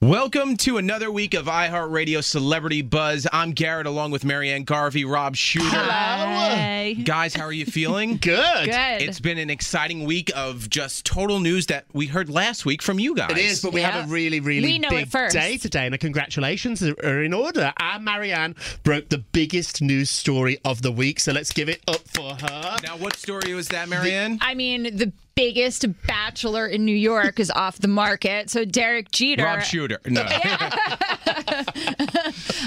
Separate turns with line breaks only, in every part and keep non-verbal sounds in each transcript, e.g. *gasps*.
Welcome to another week of iHeartRadio Celebrity Buzz. I'm Garrett along with Marianne Garvey, Rob Shooter.
Hi.
Guys, how are you feeling?
*laughs*
Good.
Good.
It's been an exciting week of just total news that we heard last week from you guys.
It is, but we
Yeah.
have a really, really
We know it
big
first.
day today, and the congratulations are in order. Our Marianne broke the biggest news story of the week, so let's give it up for her.
Now, what story was that, Marianne?
I mean, the biggest bachelor in New York is off the market. So Derek Jeter.
Rob Shooter.
*laughs*
No.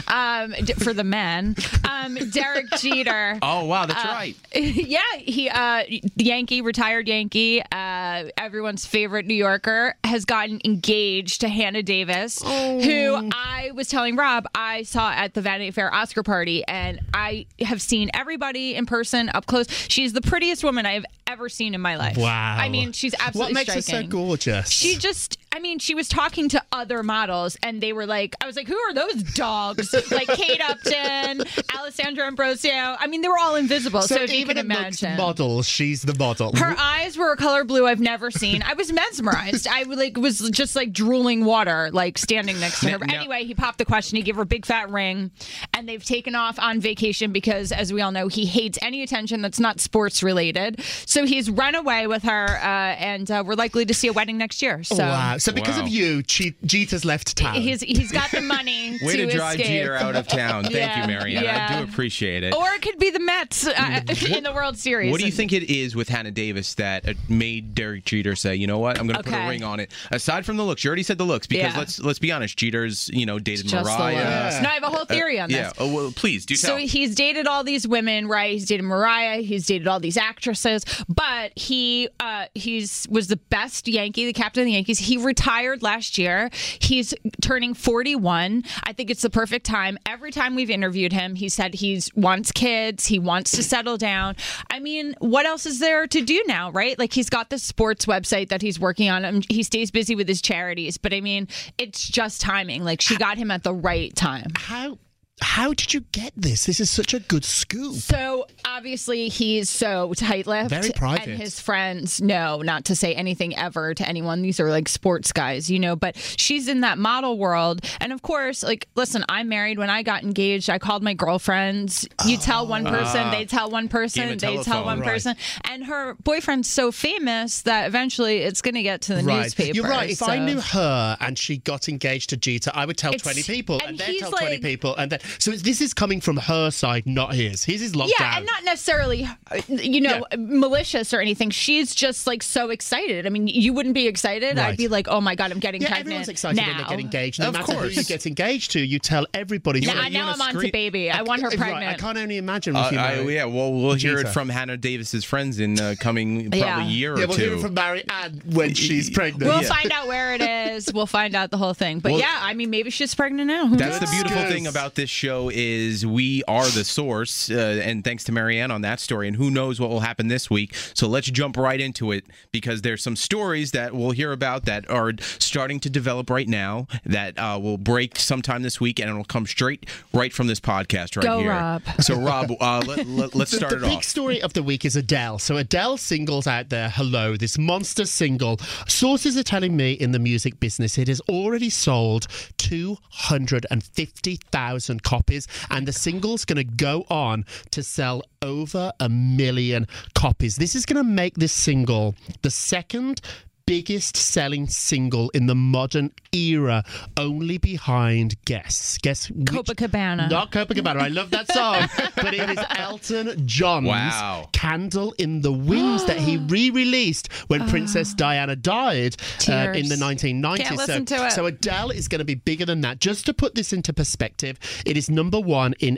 um, d- for the men. Um, Derek
*laughs*
Jeter.
Oh, wow, that's
Uh,
right.
*laughs* yeah, he uh the Yankee, retired Yankee, uh everyone's favorite New Yorker has gotten engaged to Hannah Davis,
Oh.
who I was telling Rob I saw at the Vanity Fair Oscar party and I have seen everybody in person up close. She's the prettiest woman I have ever seen in my life.
Wow.
I mean, she's absolutely
What makes her so
striking.
gorgeous?
She just, I mean, she was talking to other models and they were like, I was like, who are those dogs? like Kate
*laughs*
Upton, Alessandra Ambrosio. I mean, they were all invisible. So,
so,
if you
even
can
amongst
imagine.
models, she's the model.
her eyes were a color blue I've never seen. I was mesmerized. I like was just like drooling water, like standing next
*laughs*
to her. But
now-
anyway, he popped the question. He gave her a big fat ring, and they've taken off on vacation because, as we all know, he hates any attention that's not sports related. So he's run away with her, uh, and uh, we're likely to see a wedding next year. So
wow. So because
Wow.
of you, che- Jeter's left town.
he's he's got the money
*laughs* Way to, drive
escape.
Jeter out of town. Thank
*laughs* Yeah,
you, Marianne. I
yeah.
do appreciate it.
Or it could be the Mets uh, in the World Series.
What do you think it is with Hannah Davis that uh, made Derek Jeter say, "You know what? I'm going to put
Okay.
a ring on it." Aside from the looks, you already said the looks because
Yeah.
let's let's be honest, Jeter's you know dated
Just the
Mariah.
looks. No, I have a whole theory on this.
Yeah. Oh, well, please do
So
tell.
he's dated all these women, right? He's dated Mariah, he's dated all these actresses, but he uh he's was the best Yankee, the captain of the Yankees. He retired last year. He's turning 41. I think it's the perfect time. Every time we've interviewed him, he said he's wants kids, he wants to settle down. I mean, what else is there to do now, right? Like he's got this sports website that he's working on. Um, He stays busy with his charities, but I mean, it's just timing. Like she got him at the right time.
how how did you get this? This is such a good scoop.
So obviously he's so tight-lipped.
Very private.
And his friends know not to say anything ever to anyone. These are like sports guys, you know. But she's in that model world, and of course, like, listen, I'm married. When I got engaged, I called my girlfriends. You tell one
Ah.
person, they tell one
Game
person,
of
they tell
telephone.
one
Right.
person, and her boyfriend's so famous that eventually it's going to get to the newspaper.
You're right. If I
so-
knew her and she got engaged to Jeter, I would tell
It's-
20 people,
and
and, then
he's
tell 20
like-
people, and then. So it's- this is coming from her side, not his. His is locked
Yeah,
down.
and not necessarily, uh, you know, malicious or anything. She's just like so excited. I mean, you wouldn't be excited. I'd
Right.
be like, oh my god, I'm getting
yeah,
pregnant
everyone's excited
now.
when they get engaged. No
Of
matter
course.
who you get engaged to, you tell everybody.
Nah,
So-
wanna- you
now
wanna
I'm on to
scream-
baby. I want her
Right,
pregnant.
I can't only imagine.
Uh,
with you
I-
married.
yeah, well, we'll hear it
Jeter.
from Hannah Davis's friends in uh, coming probably
*laughs* Yeah.
year or
Yeah, we'll
two.
hear it from Mary Ann when she's pregnant.
We'll
Yeah.
find out where
*laughs*
it is. We'll find out the whole thing. But yeah, I mean, maybe she's pregnant now. Who
That's the
knows?
beautiful
Yes.
thing about this show is we are the source, uh, and thanks to Marianne on that story. And who knows what will happen this week? So let's jump right into it because there's some stories that we'll hear about that are starting to develop right now that uh, will break sometime this week, and it'll come straight right from this podcast right
Go,
here.
Rob.
So Rob, uh, let,
*laughs*
let, us start
the,
it
the big
off.
story of the week is Adele. So Adele singles out there, Hello, this monster single. Sources are telling me in the music business it has already sold 250,000 copies, and the single's going to go on to sell over a million copies. This is going to make this single the second biggest selling single in the modern era, only behind Guess. Guess which-
Copacabana.
Not Copacabana. I love that
*laughs*
song, but it is Elton John's
Wow.
"Candle in the Wind"
*gasps*
that he re-released when Princess Diana died uh, in
Tears.
the 1990s.
Oh. Can't
so,
listen to it.
so Adele is going to be bigger than that. Just to put this into perspective, it is number one in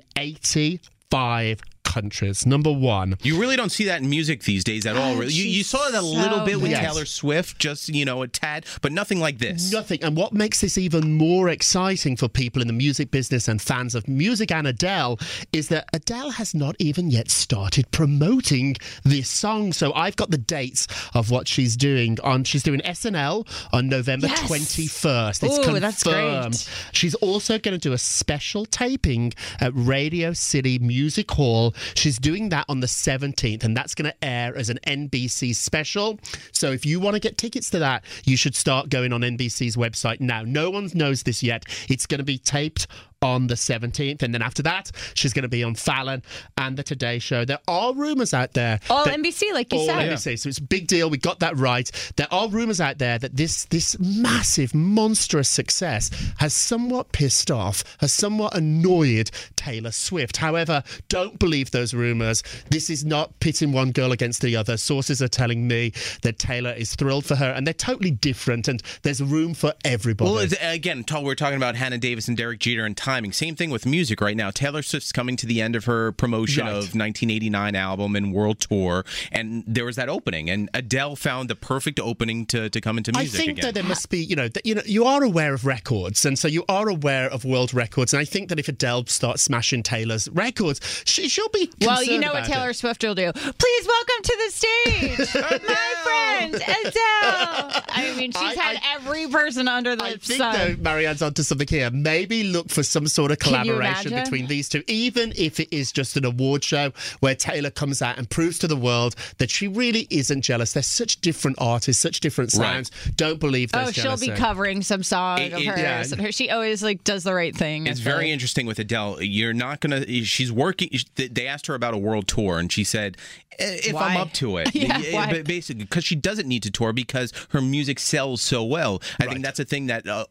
85 countries. Number one.
You really don't see that in music these days at all.
Oh,
Really, you, you
she's
saw it a
so
little bit with
big.
Taylor Swift, just you know a tad, but nothing like this.
Nothing. And what makes this even more exciting for people in the music business and fans of music and Adele is that Adele has not even yet started promoting this song. So I've got the dates of what she's doing on she's doing SNL on November
Yes.
21st. It's
Ooh,
confirmed.
that's great.
She's also going to do a special taping at Radio City Music Hall She's doing that on the 17th, and that's going to air as an NBC special. So if you want to get tickets to that, you should start going on NBC's website now. No one knows this yet. It's going to be taped on the 17th, and then after that, she's going to be on Fallon and the Today Show. There are rumors out there.
All
that- oh,
NBC, like you
all
said.
NBC. So it's a big deal. We got that right. There are rumours out there that this this massive, monstrous success has somewhat pissed off, has somewhat annoyed Taylor Swift. However, don't believe those rumours. This is not pitting one girl against the other. Sources are telling me that Taylor is thrilled for her, and they're totally different, and there's room for everybody.
Well, it's, again, t- we're talking about Hannah Davis and Derek Jeter and timing. Same thing with music right now. Taylor Swift's coming to the end of her promotion
Right.
of 1989 album and world tour, and there was that opening, and Adele found the perfect opening to, to come into music
I think
again.
that there must be, you know, that, you know, you are aware of records, and so you are aware of world records. And I think that if Adele starts smashing Taylor's records, she, she'll be.
Well, you
concerned
know what
about it.
Taylor Swift will do. Please welcome to the
*laughs*
stage, my friend Adele. I mean, she's
I-
had
I-
every person under the
I think
sun.
though Marianne's onto something here. Maybe look for some sort of
Can you
collaboration
imagine?
between these two, even if it is just an award show where Taylor comes out and proves to the world that she really isn't jealous. They're such different artists, such different
Right.
sounds. Don't believe
Oh,
there's
she'll be
jealousy.
covering some song
It-
of
it-
hers.
yeah.
and her- She always like does the right thing. I
It's
feel
very
like.
interesting with Adele. You're not gonna. She's working. They asked her about a world tour, and she said, "Eh, "If
Why?
I'm up to it."
*laughs* Yeah, why?
but basically, because she doesn't need to tour because her music sells so well. I think that's a thing that. Uh,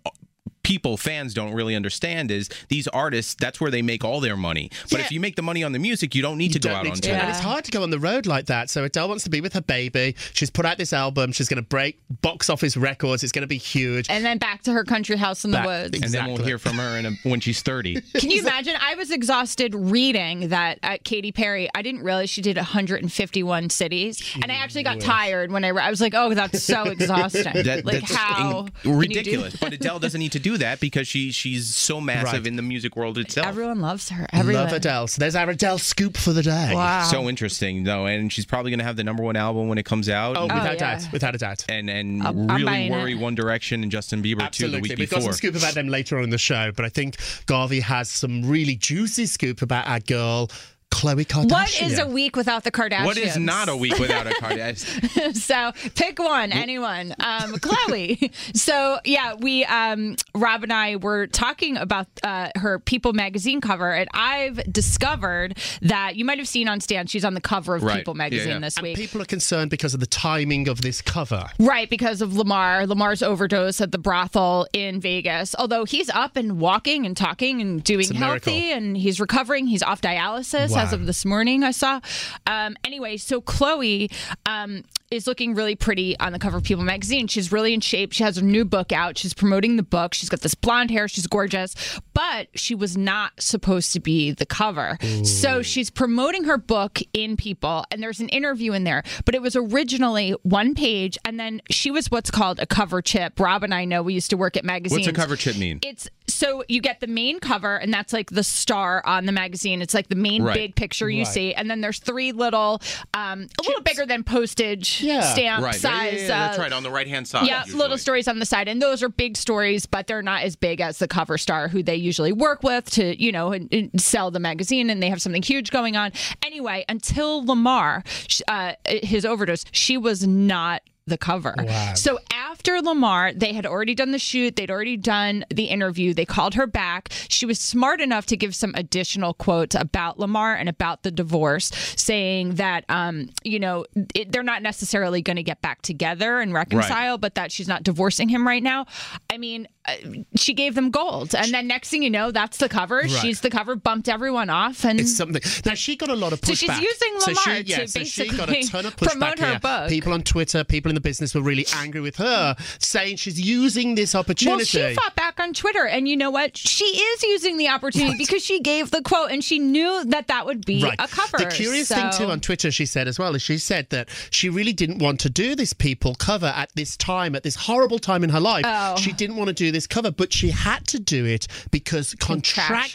People, fans don't really understand is these artists. That's where they make all their money. But if you make the money on the music, you don't need to go
don't
out
need
on
to.
tour.
And it's hard to go on the road like that. So Adele wants to be with her baby. She's put out this album. She's going to break box office records. It's going to be huge.
And then back to her country house in the
*laughs*
Back-
woods.
And then we'll
Exactly.
hear from her in a, when she's thirty.
*laughs* Can you imagine? I was exhausted reading that at Katy Perry. I didn't realize she did 151 cities, and I actually got tired when I read. I was like, "Oh,
*laughs*
that's so exhausting!
That-
like
that's
how
in-
can you do
ridiculous.
that?
But Adele doesn't need to do that because she she's so massive
Right.
in the music world itself.
Everyone loves her. Everyone.
Love Adele. So there's our Adele scoop for the day.
Wow.
So interesting though, and she's probably gonna have the number one album when it comes out.
Oh,
and-
without
yeah.
doubt. Without a doubt.
and and
I'm- I'm
really
buying
worry
it.
One Direction and Justin Bieber too the
Absolutely.
week
We've got
before.
some scoop about them later on in the show, but I think Garvey has some really juicy scoop about our girl, Chloe Kardashian.
what is a week without the Kardashians?
What is not a week without a
*laughs*
Kardashian?
so pick one, anyone. Um, Chloe. *laughs* So yeah, we um, Rob and I were talking about uh, her People magazine cover, and I've discovered that you might have seen on Stan. She's on the cover of
Right.
People
Yeah,
magazine
yeah.
this week.
People are concerned because of the timing of this cover.
Right, because of Lamar, Lamar's overdose at the brothel in Vegas. Although he's up and walking and talking and doing
a
healthy
miracle.
and he's recovering, he's off dialysis
Wow.
as of this morning, I saw. Um, anyway, so Chloe um, is looking really pretty on the cover of People magazine. She's really in shape. She has her new book out. She's promoting the book. She's got this blonde hair. She's gorgeous, but she was not supposed to be the cover. So she's promoting her book in People, and there's an interview in there, but it was originally one page, and then she was what's called a cover chip. Rob and I know we used to work at magazines.
What's a cover chip mean?
It's so you get the main cover, and that's like the star on the magazine. It's like the main
Right.
big picture you see, and then there's three little, um, a little bigger than postage
Yeah.
stamp
Right. Yeah, yeah,
size.
yeah, that's
uh,
right. On the right hand side.
yeah,
usually.
little stories on the side, and those are big stories, but they're not as big as the cover star who they usually work with to, you know, and, and sell the magazine, and they have something huge going on. Anyway, until Lamar, sh- uh, his overdose, she was not the cover.
Wow.
So after Lamar, they had already done the shoot, they'd already done the interview, they called her back. She was smart enough to give some additional quotes about Lamar and about the divorce, saying that, um, you know, it, they're not necessarily going to get back together and reconcile, but that she's not divorcing him right now. I mean, uh, she gave them gold. And then next thing you know, that's the cover. She's the cover, bumped everyone off. And
It's something. Now she got a lot of pushback.
So she's using
So she-
Lamar
yeah,
to
so she got a
basically
ton of pushback
promote her
here.
book.
People on Twitter, people in the business were really angry with her, saying she's using this
Well,
opportunity.
she fought back on Twitter, and you know what? She is using the opportunity because she gave the quote, and she knew that that would be a cover.
The curious thing
so-
too on Twitter, she said as well, is she said that she really didn't want to do this people cover at this time, at this horrible time in her life.
Oh.
She didn't want to do this cover, but she had to do it because contractually,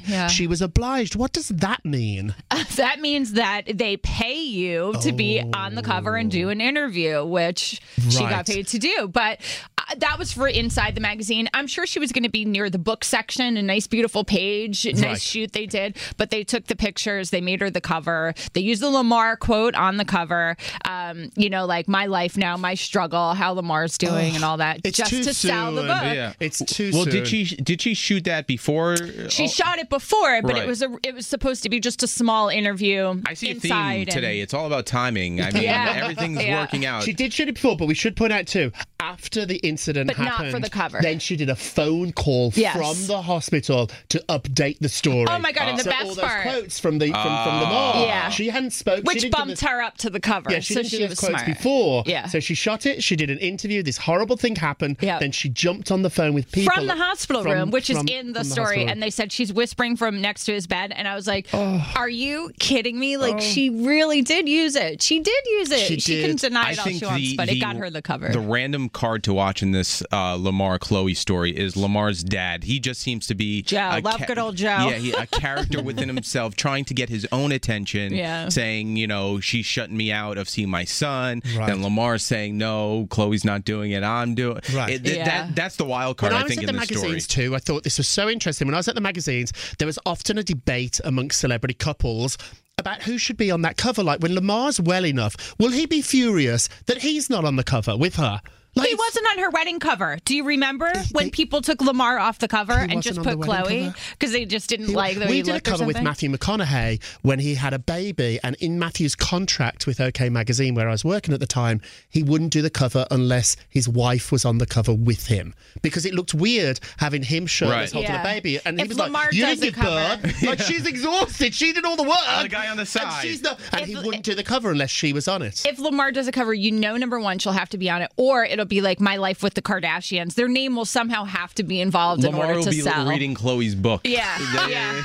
Contractually, yeah.
she was obliged. What does that mean?
that means that they
Oh.
pay you to be on the cover and do an interview, which she
Right.
got paid to do. But uh, that was for Inside the magazine. I'm sure she was going to be near the book section, a nice, beautiful page, nice
Right.
shoot they did. But they took the pictures, they made her the cover. They used the Lamar quote on the cover. Um, you know, like my life now, my struggle, how Lamar's doing, and all that,
it's
just
too
to sell the
soon.
book.
Yeah.
It's too
Well,
soon.
did she did she shoot that before?
She
Oh,
shot it before, but
Right.
it was a it was supposed to be just a small interview.
I see a
inside
theme
and-
today. It's all about timing. I mean,
*laughs* Yeah.
everything's
Yeah.
working out.
She did shoot it before, but we should point out too, after the incident
But not for
happened,
the cover.
then she did a phone call
Yes.
from the hospital to update the story.
Oh my God, and the
so
best
all those
part- Ah.
quotes from the from, from the mom.
Yeah.
She hadn't spoken.
which bumped her up to the cover.
Yeah, she
so
didn't
she
do
was
those quotes
smart.
before.
Yeah.
So she shot it. She did an interview. This horrible thing happened.
Yeah.
Then she jumped on the phone with people
from the hospital
from-
room, which
from-
is in the
from
story,
hospital.
and they said she's whispering from next to his bed, and I was like, "Are you kidding me? Like she really did use it. She did use it.
Oh. She
She, can
did.
deny
I
it all
think
she wants,
the,
but
the,
it got her the cover."
The random card to watch in this uh, Lamar Chloe story is Lamar's dad. He just seems to be
Joe.
a
Love good old Joe.
Yeah, he,
*laughs*
a character within himself, trying to get his own attention.
Yeah.
saying you know she's shutting me out of seeing my son.
Right.
Then Lamar's saying no, Chloe's not doing it. I'm doing.
Right.
It, th-
Yeah.
that, that's the wild card
When I,
I,
was
think
at
in
the
this story.
magazines too, I thought this was so interesting. When I was at the magazines, there was often a debate amongst celebrity couples about who should be on that cover. Like when Lamar's well enough, will he be furious that he's not on the cover with her? Like
he
it's-
wasn't on her wedding cover. Do you remember when people took Lamar off the cover and
wasn't
just
on the
put
wedding
Chloe
cover.
because they just didn't like the way
we
he
did a
looked or
cover with
something?
Matthew McConaughey when he had a baby, and in Matthew's contract with OK Magazine, where I was working at the time, he wouldn't do the cover unless his wife was on the cover with him because it looked weird having him shirtless
Right.
holding
Yeah.
a baby, and he
If
was
Lamar
like, "You
does the
didn't give
cover."
*laughs*
birth. Like she's exhausted. She did all the work.
the guy on the side.
And she's not. And he
If-
wouldn't do the cover unless she was on it.
if Lamar does a cover, you know, number one, she'll have to be on it, or it'll be like My Life with the Kardashians. Their name will somehow have to be involved in
Lamar
order
will
to
be
sell.
reading Chloe's book.
*laughs*
*laughs*
Yeah,
They-
yeah.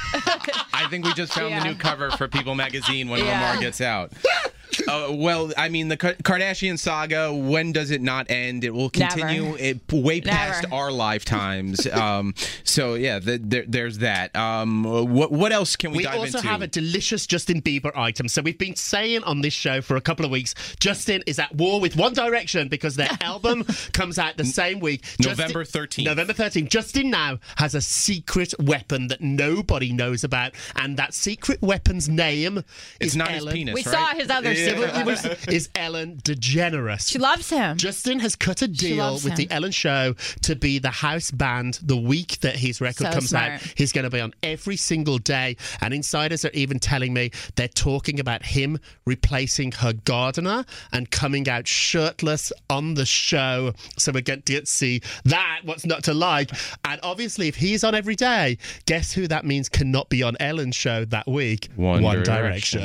I think we just found the
Yeah.
new cover for People magazine when
Yeah.
Lamar gets
*laughs*
out. Uh, well, I mean, the Ka- Kardashian saga, when does it not end? It will
Never.
continue it, way past
Never.
our lifetimes. um, so, yeah, the, there, there's that. Um, what, what else can we,
We
dive
also
into?
have a delicious Justin Bieber item. So we've been saying on this show for a couple of weeks, Justin is at war with One Direction
*laughs*
because their album comes out the same week.
November 13th.
November 13th. Justin now has a secret weapon that nobody knows about, and that secret weapon's name
it's
is
not
Ellen.
his penis.
We
right?
saw his
Yeah.
other
It
secret
was- it was- is Ellen DeGeneres.
She loves him.
Justin has cut a deal
loves
with
him.
the Ellen Show to be the house band the week that his record
So
comes out.
smart.
He's going to be on every single day. And insiders are even telling me they're talking about him replacing her gardener and coming out shirtless on the show. So we're going to see that, what's not to like. And obviously, if he's on every day, guess who that means cannot be on Ellen's show that week?
One
Direction.
Direction.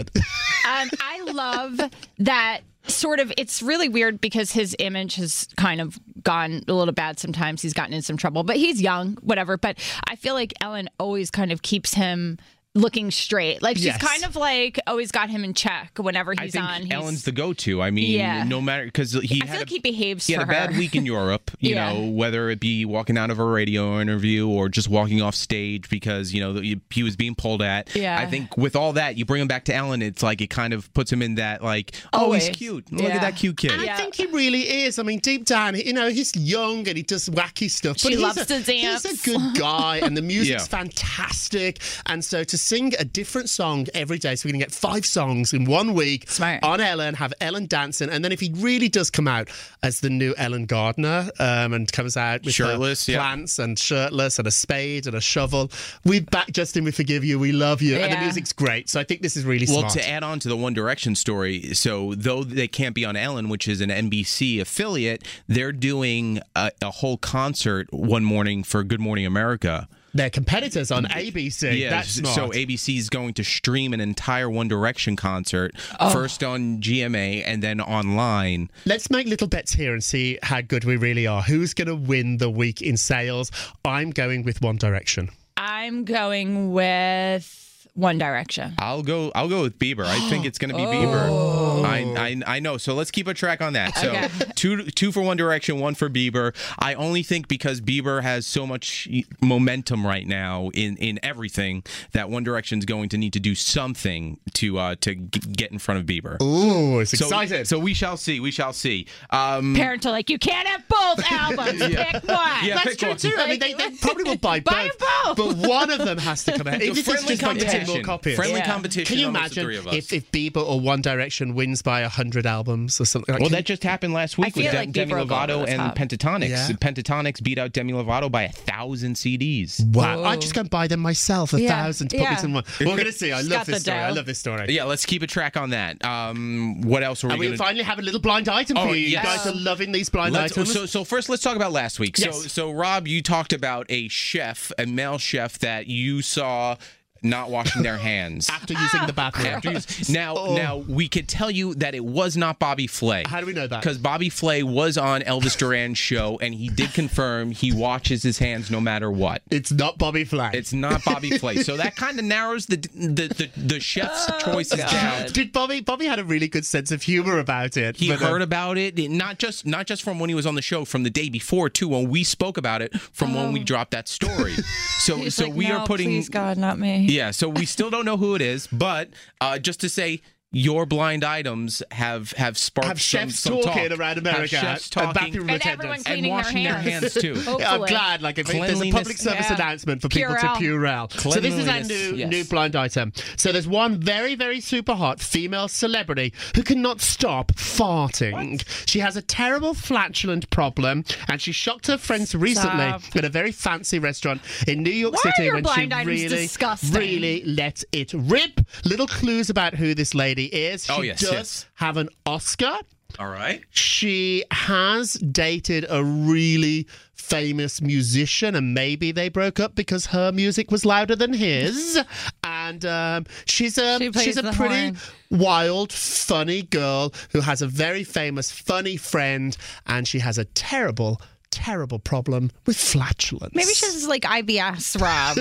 um, I love that sort of it's really weird because his image has kind of gone a little bad sometimes he's gotten in some trouble but he's young whatever but i feel like ellen always kind of keeps him looking straight like she's
Yes.
kind of like always got him in check whenever he's
I think
on He's-
Ellen's the go-to. I mean,
Yeah.
no matter because he
i
had
feel
a-
like he behaves
He had
for
a
her
bad week in
*laughs*
Europe, you
Yeah.
know, whether it be walking out of a radio interview or just walking off stage because, you know, the- he was being pulled at.
Yeah.
I think with all that, you bring him back to Ellen, it's like it kind of puts him in that, like, oh,
Always.
he's cute. Look
Yeah.
at that cute kid.
And
Yeah.
I think he really is. I mean, deep down, you know, he's young and he does wacky stuff.
She
he's
loves
a,
to dance.
He's a good
*laughs*
guy, and the music's
Yeah.
fantastic. And so to sing a different song every day, so we're going to get five songs in one week
Smart.
on Ellen, have Ellen dancing. And then if he really does come out as the new Ellen Gardner um, and comes out with her
Shirtless, yeah.
plants and shirtless and a spade and a shovel, we back Justin, we forgive you, we love you. And the
Yeah.
music's great. So I think this is really
Well,
smart.
to add on to the One Direction story, so though they can't be on Ellen, which is an NBC affiliate, they're doing a, a whole concert one morning for Good Morning America.
They're competitors on ABC.
Yeah,
That's
s-
smart.
so ABC is going to stream an entire One Direction concert first on GMA and then online.
Let's make little bets here and see how good we really are. Who's going to win the week in sales? I'm going with One Direction.
i'm going with One Direction?
I'll go. I'll go with Bieber. I think it's going to be Bieber. I, I I know. So let's keep a track on that. So
Okay.
*laughs* two two for One Direction, one for Bieber. I only think because Bieber has so much momentum right now in in everything that One Direction's going to need to do something to uh to g- get in front of Bieber.
Ooh, it's
so,
excited.
So we shall see. We shall see. Um,
Parents are like, you can't
*laughs*
have both albums. Pick one.
Yeah,
that's
pick
true
one.
too. I mean, they, they probably will
*laughs*
buy
Buy
both,
both.
but one of them has to
*laughs*
come out. Even if it's
friendly
just like 10 more
competition.
copies.
Friendly
Yeah.
competition.
Can you
amongst the
imagine
three of us.
if, if Bieber or One Direction wins by hundred albums or something? Like,
Well,
can
that just happened last week
feel
with De-
like
Demi
Bieber will go over
Lovato
the
and
top.
Pentatonics.
Yeah.
Pentatonics beat out Demi Lovato by a thousand CDs.
you- wow! I just go and buy them myself, a
Yeah,
thousand to put
yeah.
me someone. We're gonna see. I
She's
love
got
this
the
story. I
dough.
love this story.
Yeah, let's keep a track on that. Um, what else were we
And we
going to?
finally have a little blind item
Oh,
for you.
yes.
You guys are loving these blind
Let's-
items.
so, so first, let's talk about last week. So,
Yes.
so Rob, you talked about a chef, a male chef that you saw not washing their *laughs* hands.
after using the
*laughs*
bathroom.
After you- now, now we could tell you that it was not Bobby Flay.
How do we know that?
Because Bobby Flay was on Elvis Duran's show, and he did confirm he washes his hands no matter what.
it's not Bobby Flay.
It's not Bobby Flay. So that kind of narrows the the, the, the chef's
Oh,
choices down.
Did Bobby? Bobby had a really good sense of humor about it.
He
but, uh,
heard about it, not just not just from when he was on the show, from the day before too, when we spoke about it, from when we dropped that
*laughs*
story. So
Oh. He's
so
like,
we
"No,
are putting
Please, God, not me.
yeah. So we still don't know who it is, but uh, just to say. Your blind items have have sparked
have
some-
chefs
some,
talking
talk.
around
Have
America
chefs
and
talking
bathroom
And
attendants.
everyone
and
cleaning their
washing their hands,
hands. *laughs* Oh,
too.
Yeah, I'm
Hopefully.
glad. Like, if there's a
Cleanliness-
public service
Yeah.
announcement for people to
Purell.
Purell. So this is our
Cleanliness,
new
yes.
new blind item. So there's one very very super hot female celebrity who cannot stop farting. She has a terrible flatulent problem, and she shocked her friends recently
Stop.
at a very fancy restaurant in New York
Why are
City
your
when
blind
she
items
really
disgusting?
really let it rip. Little clues about who this lady is. She
Oh, yes,
does
yes.
have an Oscar
All right.
she has dated a really famous musician, and maybe they broke up because her music was louder than
*laughs*
his. And um, she's a
She plays
she's a
the
pretty
horn.
wild, funny girl who has a very famous, funny friend, and she has a terrible, terrible problem with flatulence.
Maybe she's like
*laughs*
IBS, Rob.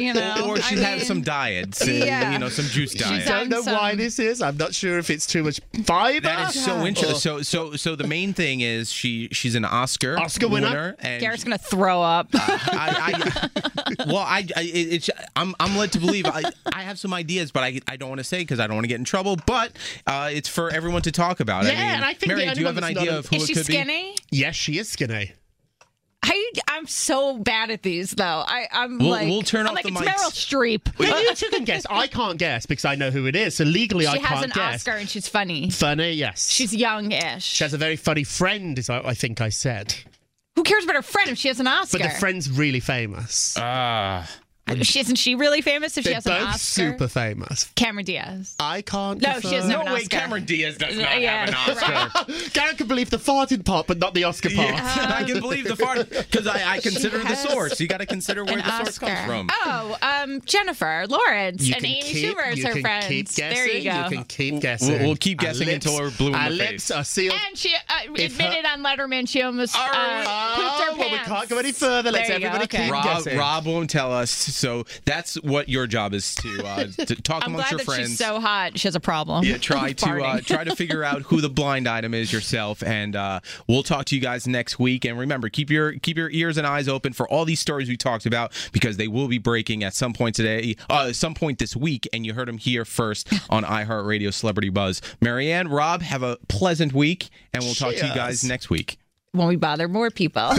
you know,
Or she's
I
had
mean,
some diets, and,
Yeah.
you know, some juice diet.
I don't
done
know
some-
why this is. I'm not sure if it's too much fiber.
That is so interesting. So so so the main thing is she she's an Oscar
Oscar winner.
and
Garrett's gonna throw up.
Uh, I, I, well, I, I it- it's I'm I'm led to believe I, I have some ideas, but I I don't want to say because I don't want to get in trouble. But uh, it's for everyone to talk about. I
Yeah,
mean,
and I think
Mary,
the
do you have
only
an
one that's
idea
not
of who
*laughs* Is
it
she
could
skinny?
yes, she is skinny.
I, I'm so bad at these though. I, I'm
We'll-
like,
we'll turn
I'm
off
like
the
it's
mics.
Meryl Streep.
Yeah, you two can guess. I can't guess because I know who it is. So legally, I
She has
can't
an
guess.
Oscar and she's funny.
Funny, yes.
She's youngish.
she has a very funny friend, is what I think I said.
Who cares about her friend if she has an Oscar?
But the friend's really famous.
be? Ah,
She isn't she really famous if she
They're
has an
both
Oscar?
super famous.
Cameron Diaz.
I can't.
No, she has
confirm.
no Oscar.
Diaz does
yeah, right.
*laughs* Gareth can believe the farting part, but not the Oscar part.
Uh,
*laughs* I can believe the fart because I, I consider the
has
source. You got to consider where
An
the source comes
Oscar.
from.
Oh, um, Jennifer Lawrence
You
and
can
Amy
keep,
Schumer is
you
her
can
friend.
Keep guessing,
there you go.
can keep guessing.
we'll keep guessing
our lips,
until we're blue in
Our
the
lips
face.
are sealed.
and she uh,
If
admitted on Letterman she almost uh,
oh,
pooped her
well, we
pants.
can't go any further. Let's
There you go,
everybody
okay.
keep
Rob,
guessing.
Rob won't tell us, so that's what your job is to uh, to talk
I'm
amongst
glad
your
that
friends.
she's so hot. She has a problem.
Yeah,
*laughs*
try to uh,
Farting.
try to figure out who the blind item is yourself, and uh, we'll talk to you guys next week. And remember, keep your keep your ears and eyes open for all these stories we talked about because they will be breaking at some point today, uh, some point this week. And you heard them here first on iHeartRadio Celebrity Buzz. Marianne, Rob, have a pleasant week, and we'll talk to you guys
Cheers.
next week.
When we bother more people.